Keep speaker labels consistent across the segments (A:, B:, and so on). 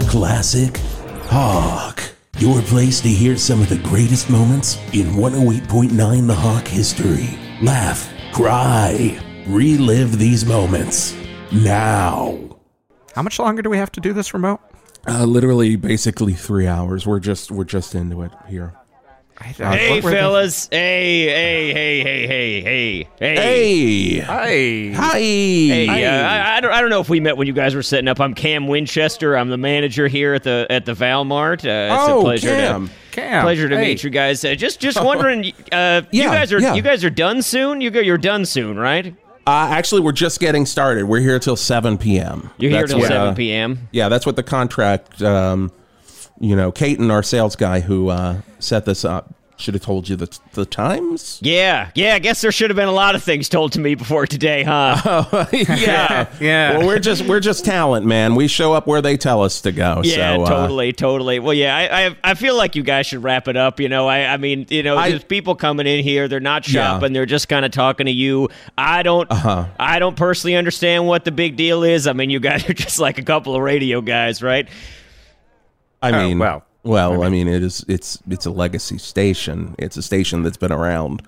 A: Classic Hawk. Your place to hear some of the greatest moments in 108.9 The Hawk history. Laugh, cry, relive these moments. Now.
B: How much longer do we have to do this remote?
C: Uh, literally, basically three hours. We're just we're just into it here.
B: I, I-
D: Hey,
B: what were the-
D: fellas. Hey, hey, hey, hey, hey, hey, hey.
C: Hey,
B: Hey.
C: hi.
D: Hey, uh, I, I, don't, I don't know if we met when you guys were setting up. I'm Cam Winchester. I'm the manager here at the at the Valmart. Uh, it's
C: Oh,
D: a pleasure
C: Cam.
D: to
B: Cam,
D: pleasure to
B: hey.
D: meet you guys. Uh, just just wondering, uh, you
C: Yeah,
D: guys are
C: yeah.
D: you guys are done soon. You go, you're done soon, right?
C: Uh, actually, we're just getting started. We're here till seven p.m.
D: You're here
C: That's
D: till
C: what, uh,
D: 7 p.m.
C: Yeah, that's what the contract. Um, you know, Caton, our sales guy who uh, set this up, should have told you the the times.
D: Yeah, yeah. I guess there should have been a lot of things told to me before today, huh?
C: yeah,
B: Yeah.
C: Well, we're just we're just talent, man. We show up where they tell us to go.
D: Yeah,
C: so, uh,
D: totally, totally. Well, yeah, I, I I feel like you guys should wrap it up. You know, I I mean, you know,
C: I-
D: there's people coming in here. They're not
C: Yeah. Uh-huh.
D: shopping. They're just kind of talking to you. I don't I don't personally understand what the big deal is. I mean, you guys are just like a couple of radio guys, right?
C: I
B: Oh,
C: mean,
B: well.
C: well, well, I mean, it is it's it's a legacy station. It's a station that's been around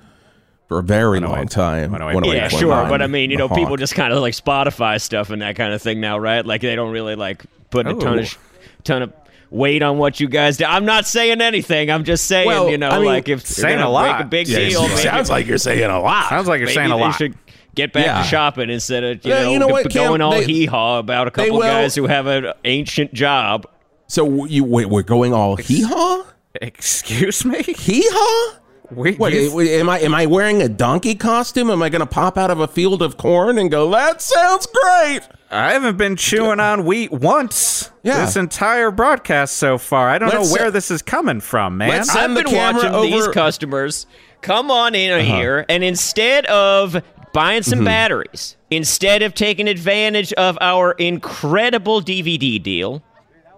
C: for a very long time.
B: 108.9.
C: 108.9,
D: Yeah, sure. But I mean, you
C: The
D: know, people
C: Hawk.
D: just kind of like Spotify stuff and that kind of thing now, right? Like they don't really like put a
B: Oh.
D: ton of sh- ton of weight on what you guys do. I'm not saying anything. I'm just saying,
C: Well,
D: you know,
C: I mean,
D: like if they're
B: saying
D: gonna
B: a
D: make a
B: lot.
D: big
C: Yeah,
D: deal,
C: it
D: maybe
C: sounds like you're saying a lot.
B: Sounds like you're
D: Maybe
B: saying a
D: they
B: lot.
D: should get back
C: Yeah.
D: to shopping instead of you
C: Yeah,
D: know,
C: you know
D: g-
C: what, Cam?
D: going all
C: They-
D: hee haw about a couple
C: will-
D: guys who have an ancient job.
C: So you wait, we're going all hee haw,
B: Excuse me?
C: hee haw.
B: We,
C: What
B: you-
C: am I? Am I wearing a donkey costume? Am I going to pop out of a field of corn and go? That sounds great.
B: I haven't been chewing on wheat once
C: Yeah.
B: this entire broadcast so far. I don't
C: Let's
B: know where
C: se-
B: this is coming from, man.
C: let's
B: I-
C: Send the
D: I've been watching
C: camera
D: these
C: over- Uh-huh.
D: customers come on in here, and instead of buying
C: Mm-hmm.
D: some batteries, instead of taking advantage of our incredible DVD deal,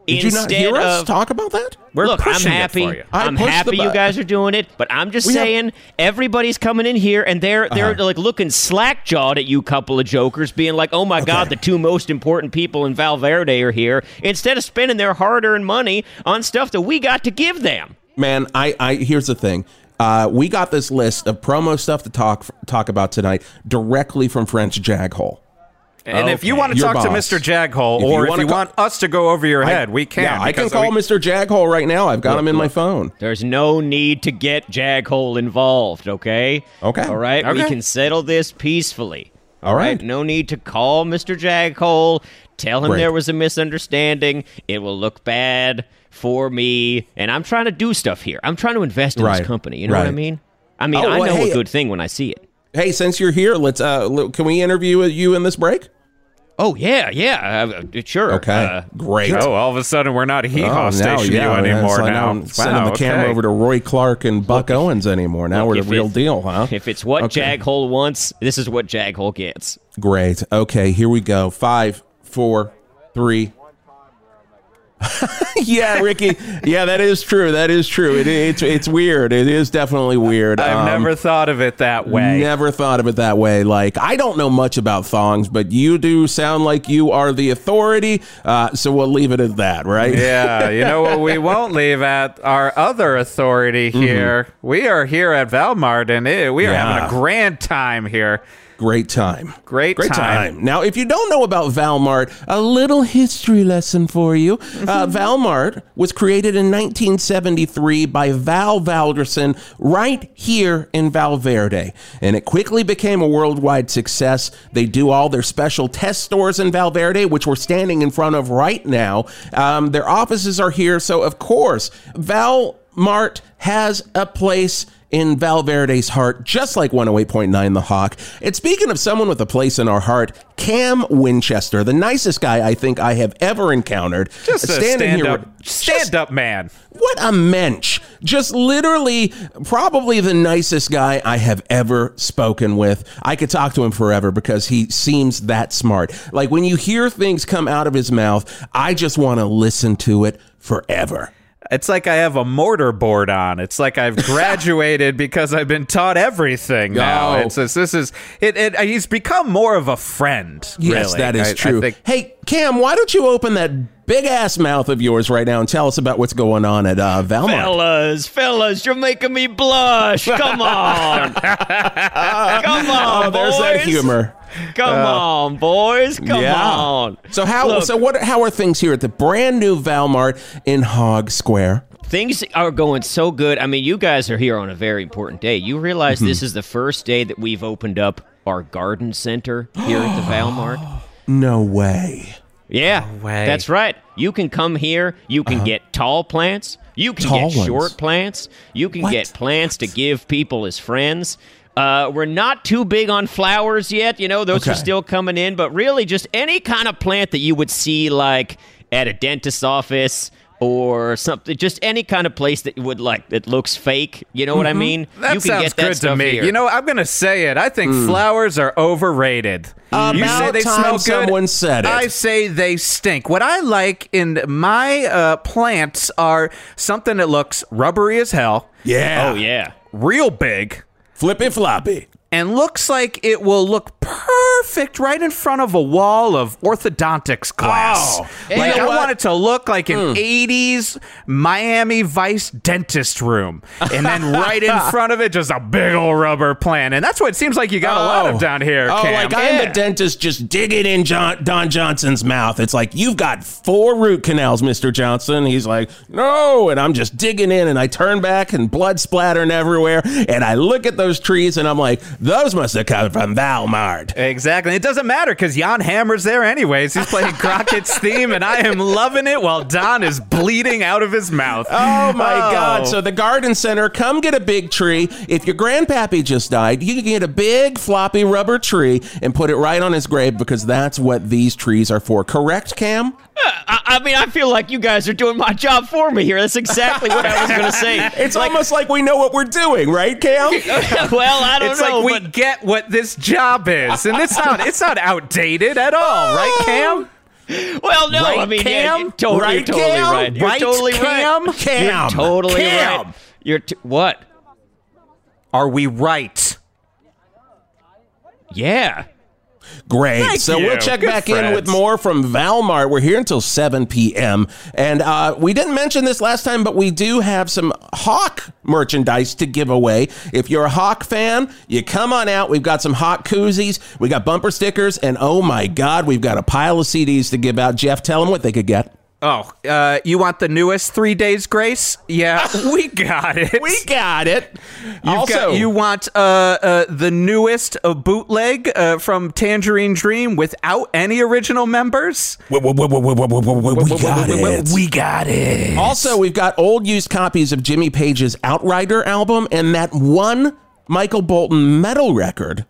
C: Did you not
D: instead
C: hear us
D: of
C: talk about that?
B: We're
D: Look, I'm
B: pushing it
D: happy.
B: for you.
C: I
D: I'm
C: pushed
D: happy
C: the
D: you
C: button.
D: guys are doing it, but I'm just
C: We have- Uh-huh.
D: saying everybody's coming in here and they're they're like looking slack jawed at you, couple of jokers, being like, "Oh my god, the two most important people in Valverde are here." Instead of spending their hard earned money on stuff that we got to give them.
C: Man, I, I here's the thing. Uh, we got this list of promo stuff to talk talk about tonight directly from French Jaghole.
B: And if you want to
C: Your
B: talk to
C: boss.
B: Mr. Jaghole,
C: If you
B: or if
C: wanna
B: you
C: ca-
B: want us to go over your head, we can.
C: yeah, I can
B: because
C: call
B: we-
C: Mr. Jaghole right now. I've got him in my phone.
D: There's no need to get Jaghole involved, okay?
C: Okay.
D: All right? We
B: Okay.
D: can settle this peacefully.
C: All right.
D: No need to call Mr. Jaghole. Tell him
C: Great.
D: there was a misunderstanding. It will look bad for me. And I'm trying to do stuff here. I'm trying to invest in
C: Right.
D: this company. You know what I
C: Right.
D: mean? I mean,
C: Oh,
D: I
C: well,
D: know
C: hey-
D: a good thing when I see it.
C: Hey, since you're here, let's uh, l- can we interview you in this break?
D: Oh, yeah, yeah. Uh, sure.
C: Okay,
D: Uh,
C: great.
B: Oh, all of a sudden we're not hee haw
C: Oh,
B: station you
C: man,
B: anymore
C: so
B: now.
C: I'm sending
B: Wow,
C: the camera
B: okay.
C: over to Roy Clark and Buck Owens anymore. Now
D: look,
C: we're
D: if
C: the real
D: it-
C: deal, huh?
D: Uh, if it's what
C: Okay.
D: Jaghole wants, this is what Jaghole gets.
C: Great. Okay, here we go. Five, four, three. yeah, Ricky. Yeah, that is true. That is true. It, it's it's weird. It is definitely weird.
B: I've
C: Um,
B: never thought of it that way.
C: Never thought of it that way. Like, I don't know much about thongs, but you do sound like you are the authority. Uh, so we'll leave it at that, right?
B: yeah, you know what we won't leave at our other authority
C: Mm-hmm.
B: here. We are here at Valmart and it, we are having a
C: Yeah.
B: grand time here.
C: Great time.
B: Great time.
C: Now, if you don't know about Valmart, a little history lesson for you. Uh,
B: Mm-hmm.
C: Valmart was created in 1973 by Val Valderson right here in Valverde, and it quickly became a worldwide success. They do all their special test stores in Valverde, which we're standing in front of right now. Um, their offices are here, so of course, Valmart has a place in Valverde's heart, just like 108.9 The Hawk. And speaking of someone with a place in our heart, Cam Winchester, the nicest guy I think I have ever encountered.
B: Just a stand up, stand
C: just-
B: up man.
C: What a mensch. Just literally, probably the nicest guy I have ever spoken with. I could talk to him forever because he seems that smart. Like when you hear things come out of his mouth, I just want to listen to it forever.
B: It's like I have a mortar board on. It's like I've graduated because I've been taught everything now.
C: Oh.
B: It's this, this is it, it. He's become more of a friend.
C: Yes,
B: really.
C: that is
B: I- I
C: true.
B: think-
C: hey, Cam, why don't you open that big ass mouth of yours right now and tell us about what's going on at uh, Valmont.
D: Fellas, fellas, you're making me blush. Come on. Come on,
C: oh, there's that
D: boys.
C: humor. Uh,
D: Come on, boys. Come
C: yeah.
D: on.
C: So how
D: Look.
C: so what how are things here at the brand new Valmart in Hog Square?
D: Things are going so good. I mean, you guys are here on a very important day. You realize
C: Mm-hmm.
D: this is the first day that we've opened up our garden center here at the Valmart.
C: No way.
D: Yeah,
B: way. Uh-huh.
D: that's right. You can come here. You can get tall plants. You can
C: Tall
D: get
C: ones.
D: short plants. You can
C: What?
D: get plants to give people as friends. Uh, we're not too big on flowers yet. You know, those are
C: Okay.
D: still coming in. But really, just any kind of plant that you would see, like at a dentist's office or something. Just any kind of place that would like that looks fake. You know what I mean?
B: Mm-hmm. That
D: you can
B: sounds
D: get
B: good to
D: stuff
B: me.
D: here.
B: You know, I'm gonna say it. I think flowers are overrated. you
C: About
B: say they
C: time
B: smell good.
C: someone said it.
B: I say they stink. What I like in my uh, plants are something that looks rubbery as hell,
C: Yeah.
D: Oh yeah.
B: real big,
C: Flippy floppy.
B: and looks like it will look perfect right in front of a wall of orthodontics class.
C: Oh,
B: like
C: you know
B: I
C: what? Hmm.
B: want it to look like an 80s Miami Vice dentist room. And then right in front of it just a big old rubber plant. And that's what it seems like you got a lot of down here,
C: Oh,
B: Cam.
C: like I'm the dentist just digging in John, Don Johnson's mouth. It's like, you've got four root canals, Mr. Johnson. He's like, no. And I'm just digging in and I turn back and blood splattering everywhere. And I look at those trees and I'm like, those must have come from Valmart.
B: Exactly. It doesn't matter because Jan Hammer's there anyways. He's playing Crockett's theme, and I am loving it while Don is bleeding out of his mouth.
C: Oh my
B: Oh.
C: God. So the garden center, come get a big tree. If your grandpappy just died, you can get a big floppy rubber tree and put it right on his grave because that's what these trees are for. Correct, Cam?
D: I, I mean, I feel like you guys are doing my job for me here. That's exactly what I was going to say.
C: It's almost like we know what we're doing, right, Cam?
D: well, I don't
B: It's
D: know.
B: like we
D: but
B: get what this job is, and it's not it's not outdated at all, right, Cam?
D: well, no,
B: Right,
D: I mean, yeah,
B: Cam?
D: you're totally,
B: Right,
D: totally
B: Cam?
D: right. You're
B: Right,
D: totally
B: Cam?
D: right.
C: Cam.
D: You're totally
B: Cam.
D: right. You're t- what?
B: Are we right?
D: Yeah.
C: Great. so
B: you.
C: we'll check
B: Good
C: back in
B: friends.
C: with more from Valmart. We're here until 7 p.m. And uh, we didn't mention this last time, but we do have some Hawk merchandise to give away. If you're a Hawk fan, you come on out. We've got some Hawk koozies, we got bumper stickers, and oh my God, we've got a pile of CDs to give out. Jeff, tell them what they could get.
B: Oh, uh, you want the newest Three Days Grace? Yeah, we got it.
C: We got it.
B: You've
C: also,
B: got- you want uh, uh, the newest uh, bootleg uh, from Tangerine Dream without any original members?
C: we got it.
B: We got it.
C: Also, we've got old used copies of Jimmy Page's Outrider album and that one Michael Bolton metal record.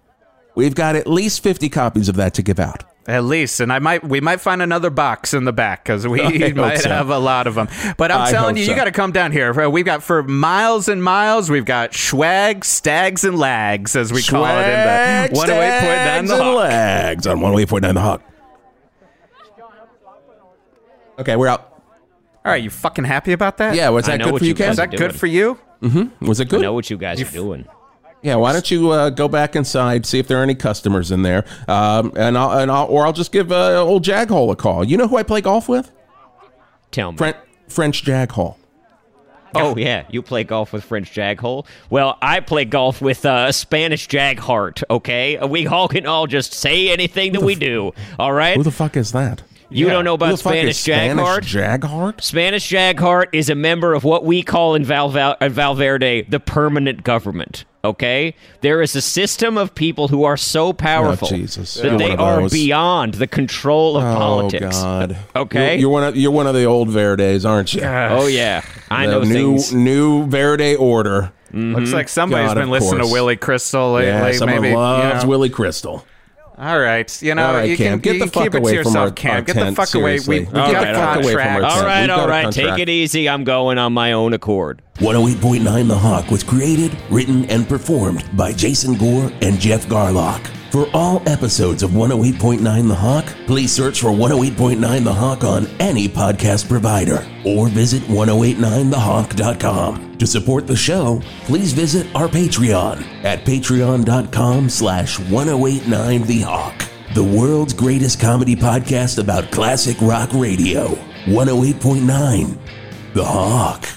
C: We've got at least 50 copies of that to give out.
B: At least, and I might we might find another box in the back because we
C: hope
B: might
C: so.
B: have a lot of them. But I'm
C: I
B: telling
C: hope
B: you,
C: so.
B: you got to come down here. Uh, We've got for miles and miles. We've got swag, stags, and lags as we call it in the 108.9
C: Stags
B: the
C: and
B: Hawk.
C: Lags on 108.9 The Hawk. Okay, we're out.
B: All right, you fucking happy about that?
C: Yeah, was
D: I
C: that
D: know
C: good
D: what
C: for you,
D: you
C: Ken?
B: is that
D: doing.
B: good for you?
C: Was it
D: I
C: good?
D: know what you guys are doing.
C: Yeah, why don't you uh, go back inside, see if there are any customers in there, um, and, I'll, and I'll, or I'll just give uh, old Jaghole a call. You know who I play golf with?
D: Tell me.
C: Fren- French Jaghole.
D: oh, yeah. You play golf with French Jaghole? Well, I play golf with uh, Spanish Jaghart, okay? We all can all just say anything that we do, all right?
C: Who the fuck is that?
D: you don't know about Spanish Jaghart?
C: Jaghart?
D: Spanish Jaghart is a member of what we call in Val, Val, uh, Valverde the permanent government. Okay, there is a system of people who are so powerful
C: Oh, Jesus.
D: that
C: You're
D: they
C: one of
D: are
C: those.
D: beyond the control of politics.
C: Oh God.
D: Okay.
C: You're, you're one of you're one of the old Verdes, aren't you?
D: Oh yeah, I
C: The
D: know
C: new
D: things.
C: new Verde order.
D: Mm-hmm.
B: Looks like somebody's
C: God,
B: been
C: of
B: listening
C: course.
B: to Willie Crystal lately.
C: yeah, someone
B: maybe,
C: loves
B: you know.
C: Willie Crystal.
B: All right, you know,
C: All right,
B: you can
C: Cam, get
B: you
C: the
B: can
C: fuck
B: keep it
C: away
B: to
C: from
B: yourself,
C: our-
B: Cam.
C: our
B: get the
C: tent,
B: fuck
C: seriously.
B: away. We, we
C: All
B: get
D: right,
B: the
D: all right.
B: contract.
C: All
D: all
C: Sam,
D: right,
C: we've got
D: all
C: a
D: right,
C: contract.
D: take it easy. I'm going on my own accord.
A: 108.9 The Hawk was created, written, and performed by Jason Gore and Jeff Garlock. For all episodes of 108.9 The Hawk, please search for 108.9 The Hawk on any podcast provider or visit 1089thehawk.com. To support the show, please visit our Patreon at patreon.com slash 1089 The Hawk.
C: the world's greatest comedy
A: oh
C: podcast about classic rock radio. 108.9 The Hawk.